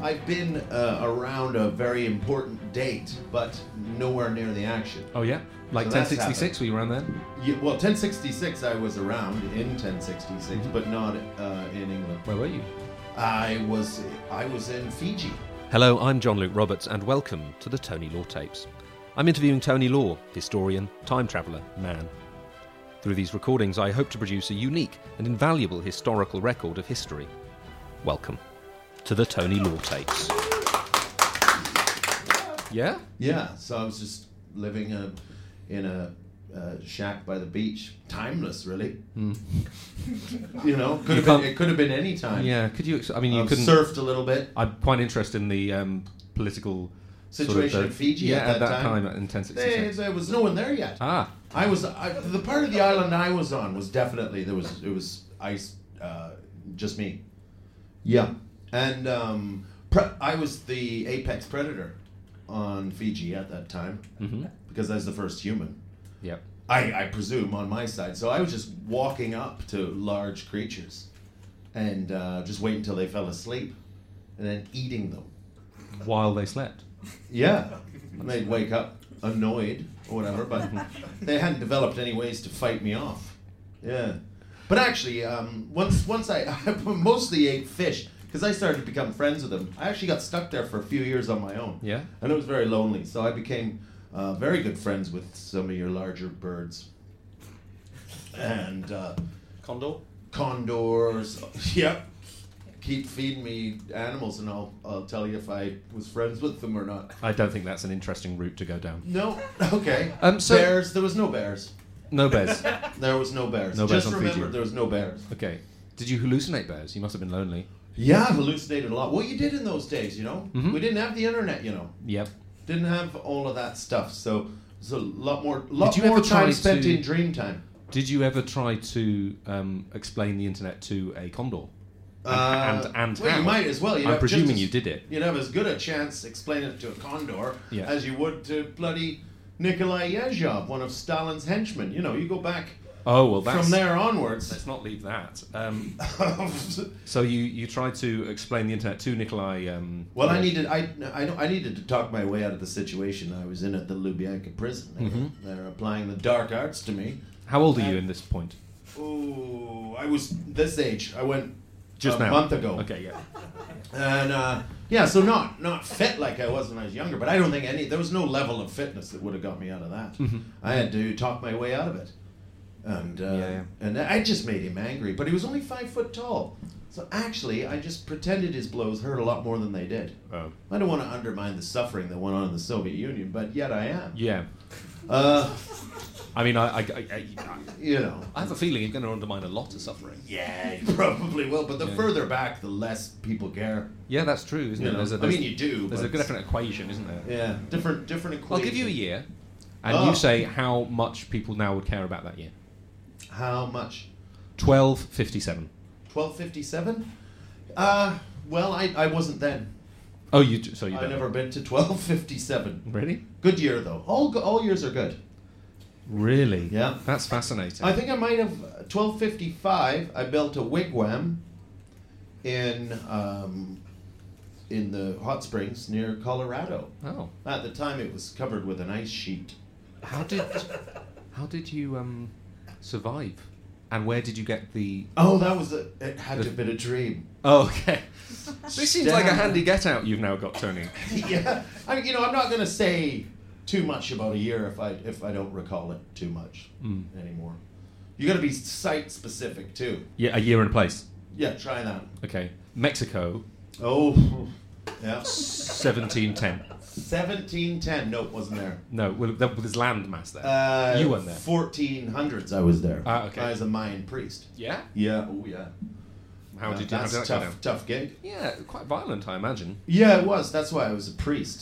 I've been uh, around a very important date, but nowhere near the action. Oh yeah, like So that's 1066. Were you around then? Yeah, well, 1066, I was around in 1066, Mm-hmm. but not uh, in England. Where were you? I was I was in Fiji. Hello, I'm John Luke Roberts, and welcome to the Tony Law Tapes. I'm interviewing Tony Law, historian, time traveller, man. Through these recordings, I hope to produce a unique and invaluable historical record of history. Welcome to the Tony Law Tapes. Yeah? Yeah, so I was just living a, in a uh, shack by the beach. Timeless, really. you know, could have been, Mm. can't- it could have been any time. Yeah, could you? ex- I mean, you I've couldn't. surfed a little bit. I'm quite interested in the um, political sort of Situation the- in Fiji Yeah, at that time, time. in There, 1066. there was no one there yet. Ah, I was I, the part of the island I was on was definitely there was it was ice uh, just me. Yeah, and um, pre- I was the apex predator on Fiji at that time because I was the first human. yep. I, I presume on my side, so I was just walking up to large creatures and uh, just waiting until they fell asleep and then eating them. While they slept. Yeah. And they'd wake up annoyed or whatever, but they hadn't developed any ways to fight me off. Yeah. But actually, um, once once I, I mostly ate fish because I started to become friends with them. I actually got stuck there for a few years on my own. Yeah. And it was very lonely, so I became uh, very good friends with some of your larger birds. And uh, Condor. condors. Yep. Keep feeding me animals, and I'll I'll tell you if I was friends with them or not. I don't think that's an interesting route to go down. No. Okay. Um, so- bears. There was no bears. No bears. There was no bears. No bears Just on Fiji. remember, there was no bears. okay. Did you hallucinate bears? You must have been lonely. Yeah, I hallucinated a lot. What you did in those days, you know, Mm-hmm. we didn't have the internet, you know, Yep. didn't have all of that stuff. So it's a lot more, lot you more ever try time spent to- in dream time. Did you ever try to um, explain the internet to a condor? And and, and Uh, well, how? you might as well. You'd I'm have just presuming as- you did it. You'd have as good a chance explaining it to a condor Yeah. as you would to bloody Nikolai Yezhov, one of Stalin's henchmen. You know, you go back Oh well, that's, from there onwards. Let's not leave that. Um, so you you tried to explain the internet to Nikolai. Um, Well, I uh, needed I, I know- I needed to talk my way out of the situation I was in at the Lubyanka prison. They were- Mm-hmm. They're applying the dark arts to me. How old Uh, are you in this point? Ooh, I was this age. I went Just a now. month ago. Okay. Yeah. And uh, yeah, so not not fit like I was when I was younger, but I don't think any there was no level of fitness that would have got me out of that. I had to talk my way out of it, and uh, Mm-hmm. Yeah. and I just made him angry. But he was only five foot tall, so actually I just pretended his blows hurt a lot more than they did. Oh. I don't want to undermine the suffering that went on in the Soviet Union, but yet I am. Yeah. Uh, I mean, I I, I, I you know. I have a feeling you're going to undermine a lot of suffering. Yeah, you probably will. But the further back, the less people care. Yeah, that's true, isn't You it? know, I mean, you do, There's a but- different equation, isn't there? Yeah, different different equation. I'll give you a year, and Oh. you say how much people now would care about that year. How much? Twelve fifty-seven. Twelve fifty seven. Uh, well, I, I wasn't then. Oh, you. d- So you. I've don't never know. been to twelve fifty seven. Really? Good year though. All go- all years are good. Really? Yeah. That's fascinating. I think I might have uh, twelve fifty five. I built a wigwam in um, in the hot springs near Colorado. oh, At the time, it was covered with an ice sheet. how did how did you um survive And where did you get the? Oh, that was a, it. Had to have been a dream. Oh, okay. This seems like a Stan. handy get out you've now got, Tony. yeah, I mean, you know, I'm not going to say too much about a year if I if I don't recall it too much Hmm. anymore. You got to be site specific too. Yeah, a year and a place. Yeah, try that. Okay, Mexico, Oh, yeah, seventeen ten. seventeen ten. Nope, wasn't there. No, well, there was land mass there. Uh, you weren't there. Fourteen hundreds. I was there. Ah, okay. I was a Mayan priest. yeah. Yeah. Oh, yeah. How Uh, did you? How that's did that go down? tough. Tough gig. Yeah, quite violent, I imagine. Yeah, it was. That's why I was a priest.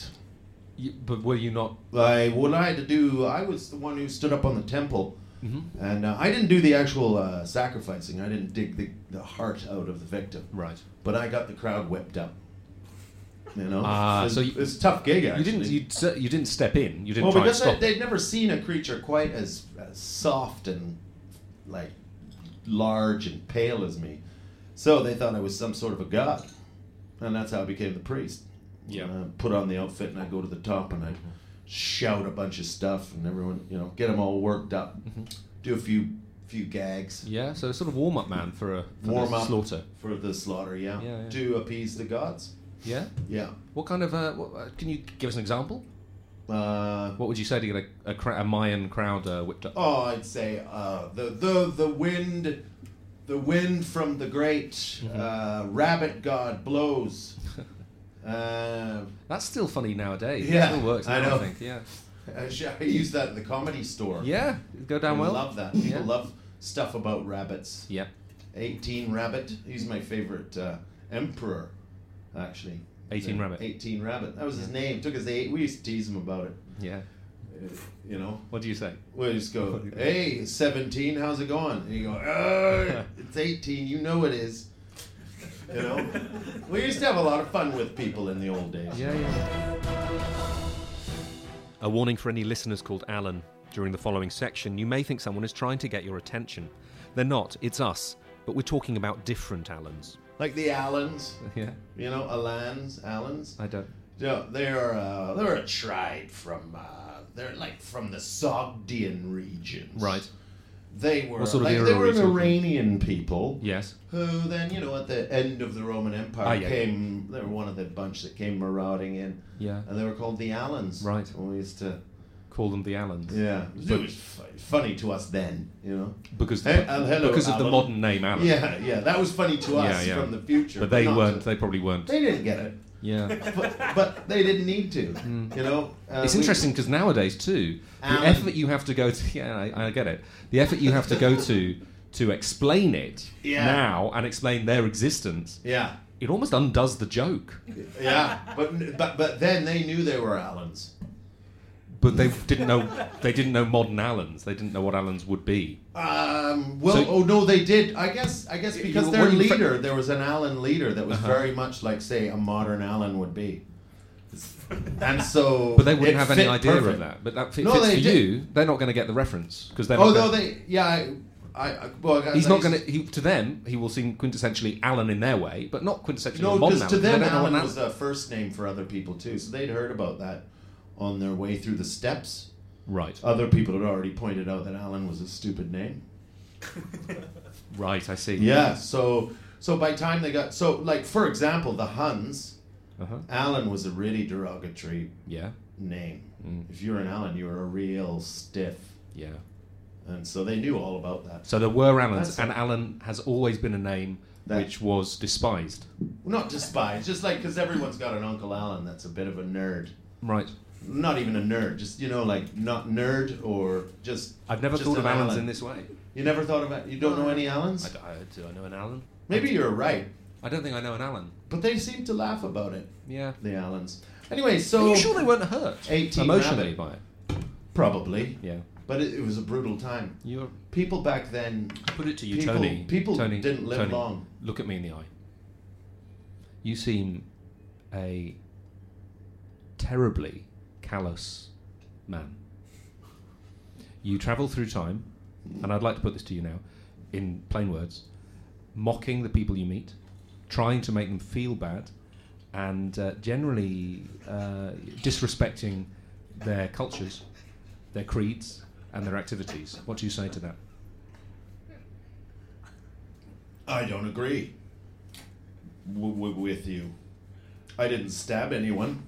You, but were you not? I what I had to do. I was the one who stood up on the temple, Mm-hmm. and uh, I didn't do the actual uh, sacrificing. I didn't dig the, the heart out of the victim. Right. But I got the crowd whipped up. You know, Ah, it's, so you- it's a tough gig. Actually. You didn't. You, d- you didn't step in. You didn't well, try and because I, stop. they'd never seen a creature quite as, as soft and like large and pale as me, so they thought I was some sort of a god, and that's how I became the priest. Yeah. And I uh, put on the outfit and I go to the top and I shout a bunch of stuff and everyone, you know, get them all worked up, Mm-hmm. do a few few gags, yeah, so a sort of warm up man for a for warm the up slaughter. for the slaughter, yeah, Yeah, yeah. to appease the gods, Yeah. yeah. What kind of? Uh, what, uh, can you give us an example? Uh, What would you say to get a, a, cra- a Mayan crowd uh, whipped up? Oh, I'd say uh, the the the wind, the wind from the great Mm-hmm. uh, rabbit god blows. uh, That's still funny nowadays. Yeah, it still works. I now, know. think. Yeah. I sh- I used that at the comedy store. Yeah. It'd go down I well. love that. People Yeah. love stuff about rabbits. Yeah. Eighteen Rabbit. He's my favorite uh, emperor, actually. 18 Yeah, Rabbit. Eighteen Rabbit. That was his name. Took us eight. We used to tease him about it. Yeah. uh, You know. What do you say? We just go, hey, 17, how's it going? And you go, "Uh, it's 18, you know it is. You know? We used to have a lot of fun with people in the old days. Yeah, yeah. A warning for any listeners called Alan. During the following section, you may think someone is trying to get your attention. They're not, it's us, but we're talking about different Alans. Like the Allens, Yeah, you know, Alans, Allens. I don't. Yeah, they're, uh, they're a tribe from, uh, they're like from the Sogdian regions. Right. They were, What sort of like, era they are were we an talking? Iranian people. Yes. who then you know at the end of the Roman Empire Ah, yeah, came they were one of the bunch that came marauding in Yeah. and they were called the Allens Right. And we used to Call them the Alans. yeah it was fu- funny to us then you know Because, Hey, uh, hello, because of the Alan. modern name Alan. yeah yeah that was funny to us Yeah, yeah. from the future But they not weren't, to- they probably weren't. they didn't get it yeah. but, but they didn't need to you know Uh, Hmm. It's we- Um, interesting because nowadays, too, the Alan. effort you have to go to. Yeah, I, I get it. The effort you have to go to to explain it Yeah. now and explain their existence, yeah it almost undoes the joke. yeah but but but then they knew they were Allens But they didn't know they didn't know modern Allens. They didn't know what Allens would be. Um, well, So- oh no, they did. I guess, I guess You- because you- their what you- leader, there was an Allen leader that was Uh-huh. very much like, say, a modern Allen would be, and so. But they wouldn't it have any fit idea perfect. of that. But that fit, No, fits they for did. you. They're not going to get the reference because they're. Oh not no, gonna, they yeah, I, I I- well, I- He's not I- going to. To them, he will seem quintessentially Allen in their way, but not quintessentially No, a modern because Allen. to They them, don't know what Allen an was a first name for other people too, so they'd heard about that on their way through the steps. right. Other people had already pointed out that Allen was a stupid name. right, I see. Yeah. So so by time they got so like for example the Huns, Uh-huh. Allen was a really derogatory Yeah. name. Mm. If you were an Allen, you were a real stiff, Yeah. and so they knew all about that. So there were Allens, That's- and Allen has always been a name That- which was despised. Not despised, just like because everyone's got an Uncle Allen that's a bit of a nerd. Right. Not even a nerd, just you know, like not nerd or just. I've never just thought of an Allens Allen. in this way. You never thought about. You don't know any I, Allens? d- I- do I know an Allen? Maybe you're right, I don't think I know an Allen. but they seem to laugh about it. Yeah. The Allens. Anyway, so Are you sure they weren't hurt 18 emotionally rabbit. by it? probably, Yeah. but it, it was a brutal time. You're People back then put it to you, People- Tony. people Tony, didn't live Tony, long. Look at me in the eye. You seem a terribly callous man. You travel through time, and I'd like to put this to you now, in plain words, mocking the people you meet, trying to make them feel bad, and uh, generally uh, disrespecting their cultures, their creeds, and their activities. What do you say to that? I don't agree w- w- with you. I didn't stab anyone.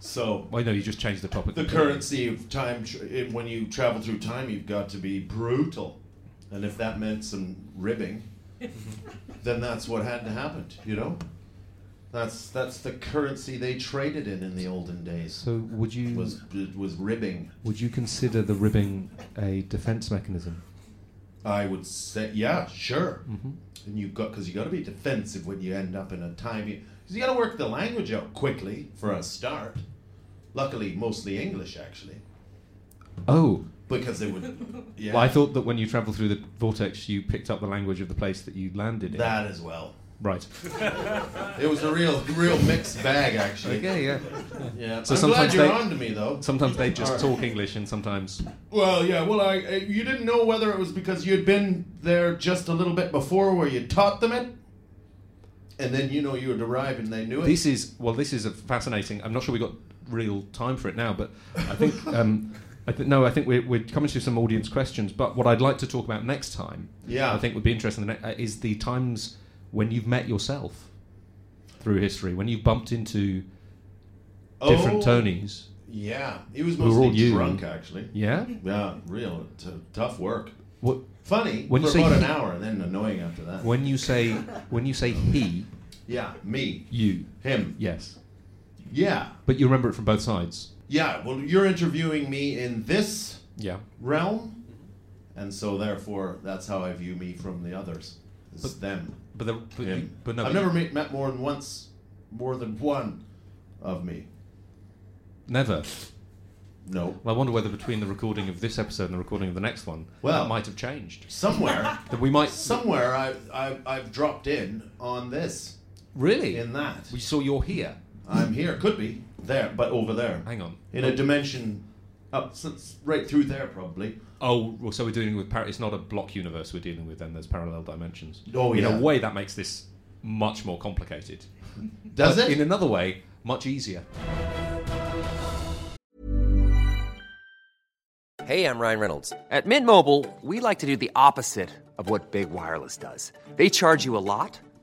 So Well, no, you just changed the topic. the completely. currency of time tr- it- when you travel through time you've got to be brutal and if that meant some ribbing then that's what had to happen you know that's that's the currency they traded in in the olden days So would you was was ribbing would you consider the ribbing a defence mechanism? i would say yeah sure Mm-hmm. and you've got because you got to be defensive when you end up in a time you because you got to work the language out quickly for a start luckily mostly english actually Oh, because they would yeah well, I thought that when you travel through the vortex, you picked up the language of the place that you landed in. that as well Right. It was a real, real mixed bag, actually. Okay, yeah. Yeah. So I'm sometimes glad you're they- on to me, though. Sometimes they just talk English, and sometimes Well, yeah. Well, I, I you didn't know whether it was because you'd been there just a little bit before, where you taught them it, and then you know you would arrive and they knew it. this is well, this is a fascinating. I'm not sure we got real time for it now, but I think um, I th- no, I think we're, we're coming to some audience questions. But what I'd like to talk about next time, Yeah. I think would be interesting. the ne- uh, Is the times when you've met yourself through history, when you've bumped into different Oh, Tonys. Yeah, he was were all mostly you. drunk, actually. Yeah. Yeah, real t- tough work. What Funny When you for say about he- an hour, and then annoying after that. when you say when you say he, yeah, me, you, him. yes, Yeah, but you remember it from both sides. yeah. Well, you're interviewing me in this Yeah. realm, and so therefore that's how I view me from the others. It's them. But the, but, you- him. but no, I've but you- never met, met more than once, more than one of me. never. No, Well, I wonder whether between the recording of this episode and the recording of the next one, Well- that might have changed. somewhere, That we might somewhere I, I I've dropped in on this, really. in that. we saw you're here. I'm here, could be there, but over there. Hang on. in a dimension up s- s- right through there probably. Oh, well, so we're dealing with par- it's not a block universe we're dealing with. Then there's parallel dimensions. Oh, in yeah. a way that makes this much more complicated. Does But it? In another way, much easier. Hey, I'm Ryan Reynolds. At Mint Mobile, we like to do the opposite of what Big Wireless does. They charge you a lot,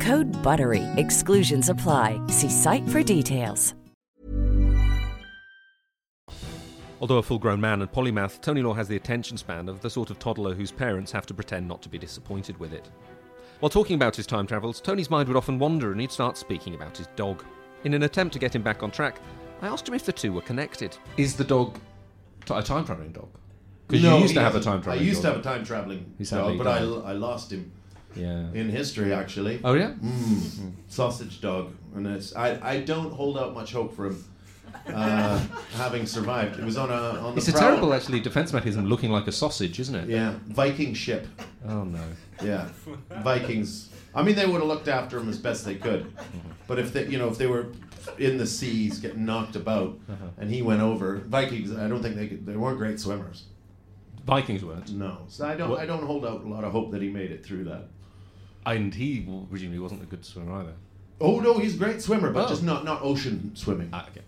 Code BUTTERY. Exclusions apply. See site for details. Although a full grown man and polymath, Tony Law has the attention span of the sort of toddler whose parents have to pretend not to be disappointed with it. While talking about his time travels, Tony's mind would often wander and he'd start speaking about his dog. In an attempt to get him back on track, I asked him if the two were connected. Is the dog t- a time traveling dog? Because No, you used he to have a doesn't. time traveling I used to dog. have a time traveling He sadly dog, but I, died. l- I lost him Yeah. in history actually. Oh, yeah? Sausage dog, and it's, I I don't hold out much hope for him. Uh, having survived, it was on a on the It's a prow- terrible, actually, defense mechanism looking like a sausage, isn't it? yeah Viking ship. Oh, no. Yeah, Vikings. I mean, they would have looked after him as best they could, but if they, you know, if they were in the seas getting knocked about, and he went over, Vikings. I don't think they could, they weren't great swimmers. Vikings weren't. No, so I don't I don't hold out a lot of hope that he made it through that. And he well, presumably wasn't a good swimmer either. Oh no, he's a great swimmer, but Oh. just not not ocean swimming. Ah, okay.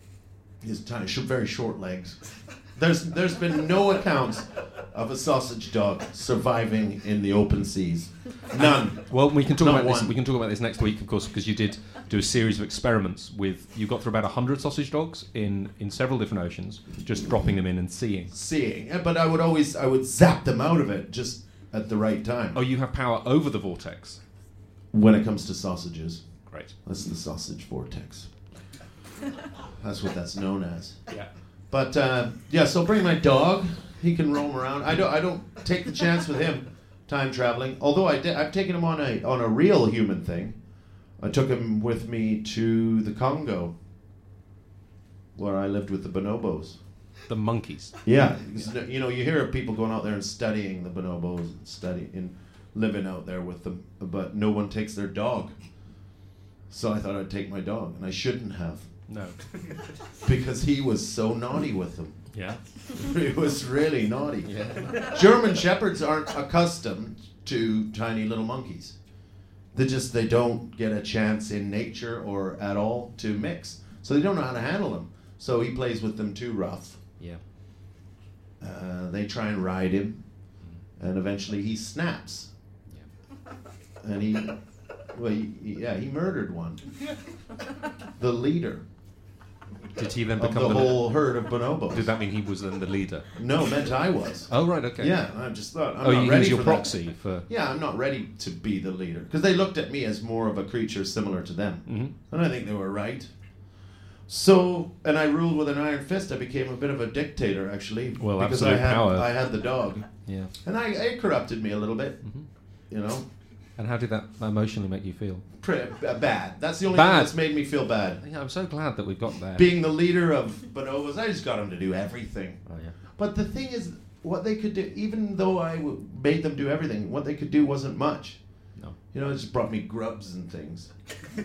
his tiny, sh- very short legs. There's there's been no accounts of a sausage dog surviving in the open seas. None. Well, we can talk Not about this. one. We can talk about this next week, of course, because you did do a series of experiments with. You got through about hundred sausage dogs in in several different oceans, just dropping them in and seeing. Seeing, Eh, but I would always I would zap them out of it just at the right time. Oh, you have power over the vortex. When it comes to sausages, Great. that's the sausage vortex. That's what that's known as. Yeah. But uh, yeah, so bring my dog. He can roam around. I don't. I don't take the chance with him time traveling. Although I did, I've taken him on a on a real human thing. I took him with me to the Congo, where I lived with the bonobos. The monkeys. Yeah, 'cause, you know, you hear of people going out there and studying the bonobos, and study and living out there with them, but no one takes their dog. So I thought I'd take my dog, and I shouldn't have No. because he was so naughty with them. Yeah. It was really naughty. German shepherds aren't accustomed to tiny little monkeys. They just they don't get a chance in nature or at all to mix, so they don't know how to handle them. So he plays with them too rough. Yeah. Uh, they try and ride him, and eventually he snaps. And he, well, he, he- yeah, he murdered one. The leader Did he then of become the the, whole herd of bonobos. Did that mean he was then the leader? No, meant I was. Oh right. Okay. Yeah, I just thought I'm oh, not you ready use your for proxy That. for. Yeah, I'm not ready to be the leader because they looked at me as more of a creature similar to them, Mm-hmm. and I think they were right. So, and I ruled with an iron fist. I became a bit of a dictator, actually, Well, because I absolute had power. I had the dog, Yeah. and I it corrupted me a little bit. Mm-hmm. You know, And how did that emotionally make you feel? pretty uh, bad. That's the only thing Bad. that's made me feel bad. Yeah, I'm so glad that we've got there. Being the leader of bonobos, I just got him to do everything. oh yeah. But the thing is, what they could do, even though I w- made them do everything, what they could do wasn't much. No. You know, it just brought me grubs and things.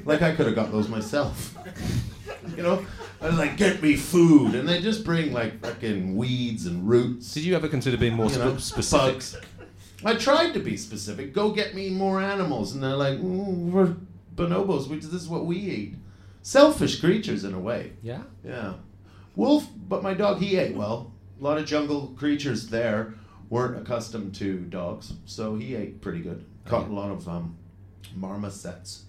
like I could have got those myself. you know, I was like, get me food, and they just bring like fucking weeds and roots. Did you ever consider being more you sp- know, specific? bugs. I tried to be specific. Go get me more animals, and they're like, mm, we're bonobos. We, this is what we eat. Selfish creatures in a way. Yeah. Yeah. Wolf, but my dog, he ate well. A lot of jungle creatures there weren't accustomed to dogs, so he ate pretty good. Caught a lot of um, marmosets.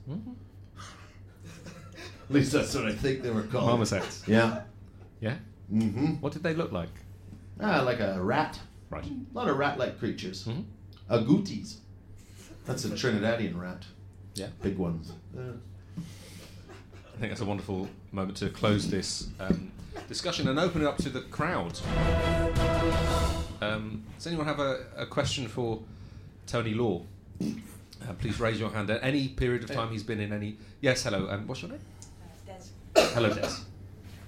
At least that's what I think they were called. Marmosets. Yeah. Yeah. Mm-hmm. What did they look like? Ah, like a rat. Right. A lot of rat-like creatures. Hmm? Agoutis. That's a Trinidadian rat. Yeah. Big ones. I think that's a wonderful moment to close this um, discussion and open it up to the crowd. Um, does anyone have a, a question for Tony Law? Uh, please raise your hand at any period of time he's been in any. Yes, hello. Um, what's your name? Des, Hello, Des.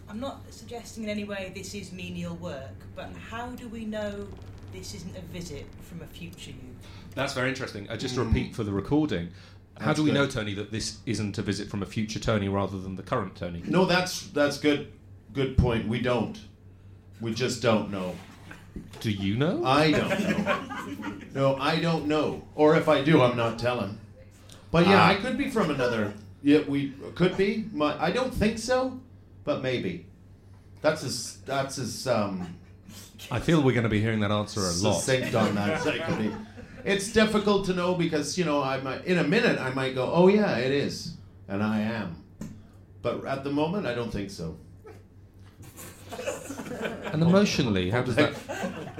I'm not suggesting in any way this is menial work, but how do we know this isn't a visit from a future you? That's very interesting. Uh, just to repeat for the recording, how Mm. That's do we good. know, Tony, that this isn't a visit from a future Tony rather than the current Tony? No, that's that's good. Good point. We don't. We just don't know. Do you know? I don't know. No, I don't know. Or if I do, I'm not telling. But yeah, Ah. I could be from another. Yeah, we could be. My, I don't think so, but maybe. That's as that's as um, I feel we're going to be hearing that answer a lot. succinct on that as I could be. It's difficult to know because you know I might in a minute I might go, oh yeah, it is, and I am. But at the moment, I don't think so. And emotionally, how does that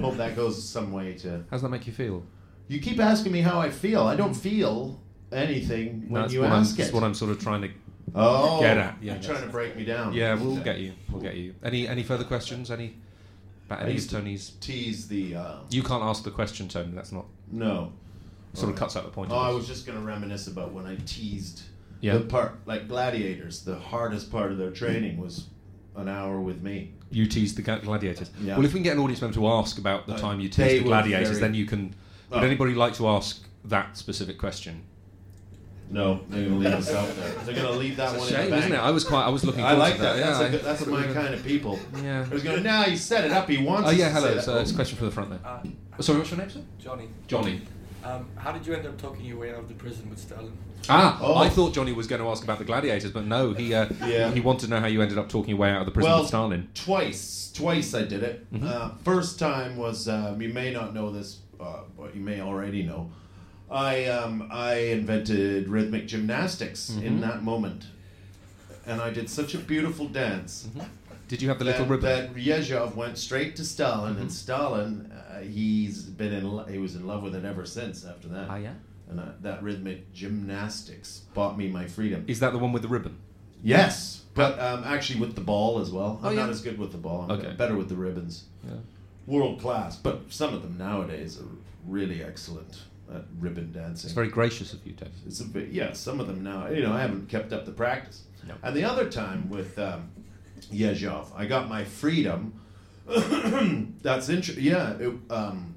Hope that goes some way to. how does that make you feel? You keep asking me how I feel. I don't feel anything when that's you what ask I'm, it. That's what I'm sort of trying to. Oh, Get at, yeah, you're trying to break me down. Yeah, we'll get you. We'll get you. Any any further questions? Any about any of used to- Tony's? Tease the. Uh, You can't ask the question, Tony. That's not no. sort of cuts out the point. Oh, of I this. was just gonna reminisce about when I teased Yeah. the part, like gladiators. The hardest part of their training was an hour with me. You teased the gla- gladiators. Yeah. Well, if we can get an audience member to ask about the Uh, time you teased they the were gladiators, very- then you can. Would Oh. anybody like to ask that specific question? No, they're gonna leave us out there. They're gonna leave that one. in Shame, the isn't it? bank. I was quite. I was looking. I forward like to that. that. That's, Yeah, a good, that's I- my kind of people. Yeah. I was going, nah, he set it up. He wants Oh yeah, us to say hello. that." So it's a question for the front there. Sorry, what's your name, sir? Johnny. Johnny. Um, how did you end up talking your way out of the prison with Stalin? Ah, Oh. I thought Johnny was going to ask about the gladiators, but no, he uh, Yeah. he wanted to know how you ended up talking your way out of the prison well, with Stalin. Twice, twice I did it. Mm-hmm. Uh, first time was um, you may not know this, uh, but you may already know. I um, I invented rhythmic gymnastics Mm-hmm. in that moment, and I did such a beautiful dance Mm-hmm. Did you have the little Mm-hmm. that, ribbon? that Ryezhov went straight to Stalin, and Stalin, uh, he's been in lo- he was in love with it ever since after that. Ah, yeah? And uh, that rhythmic gymnastics bought me my freedom. Is that the one with the ribbon? Yes, but um, actually with the ball as well. I'm Oh, not yeah. as good with the ball. I'm Okay. better with the ribbons. World class, but some of them nowadays are really excellent at ribbon dancing. It's very gracious of you, Dave. It's a bit, yeah, some of them now. You know, I haven't kept up the practice. No. And the other time with um, Yezhov, I got my freedom. That's interesting. Yeah, it, um,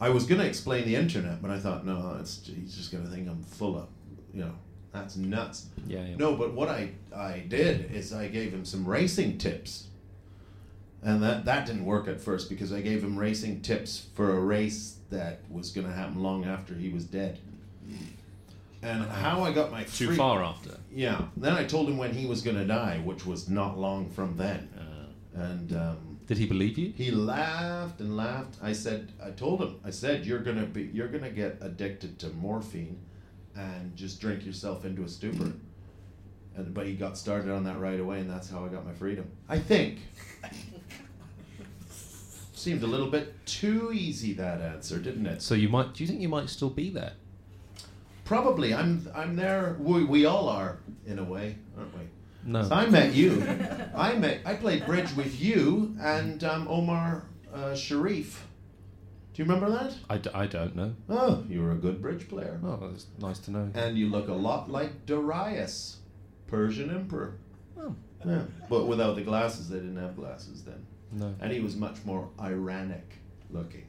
I was going to explain the internet, but I thought, no, it's, he's just going to think I'm full of, you know, that's nuts. Yeah, yeah. No, but what I, I did is I gave him some racing tips. And that, that didn't work at first because I gave him racing tips for a race that was going to happen long after he was dead. And how I got my Too free- far after. Yeah. Then I told him when he was going to die, which was not long from then. Uh. and um, Did he believe you? he laughed and laughed. I said, I told him, I said, you're gonna be, you're gonna get addicted to morphine, and just drink yourself into a stupor. And but he got started on that right away, and that's how I got my freedom. I think. Seemed a little bit too easy that answer, didn't it? So you might. Do you think you might still be there? Probably. I'm I'm there. We, we all are in a way, aren't we? No. So I met you. I met. I played bridge with you and um, Omar uh, Sharif. Do you remember that? I, d- I don't know. Oh, you were a good bridge player. Oh, that's nice to know. And you look a lot like Darius, Persian emperor. Oh. Yeah. But without the glasses, they didn't have glasses then. No. And he was much more Iranic looking.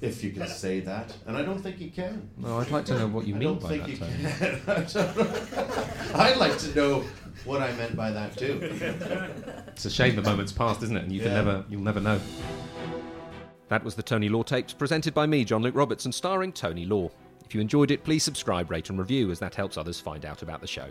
If you can say that, and I don't think you can. No, I'd like to know what you I mean don't by think you that. Tony. can. I don't know. I'd like to know what I meant by that too. It's a shame the moment's passed, isn't it? And you can Yeah. never, you'll never know. That was the Tony Law tapes presented by me, John Luke Roberts, and starring Tony Law. If you enjoyed it, please subscribe, rate, and review, as that helps others find out about the show.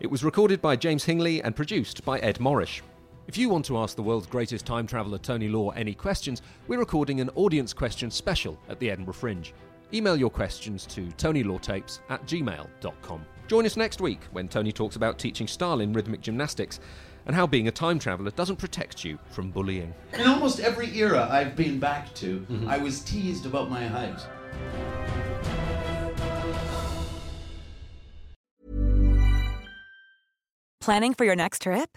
It was recorded by James Hingley and produced by Ed Morrish. If you want to ask the world's greatest time traveller, Tony Law, any questions, we're recording an audience question special at the Edinburgh Fringe. Email your questions to tonylawtapes at gmail.com. Join us next week when Tony talks about teaching Stalin rhythmic gymnastics and how being a time traveller doesn't protect you from bullying. In almost every era I've been back to, I was teased about my height. Planning for your next trip?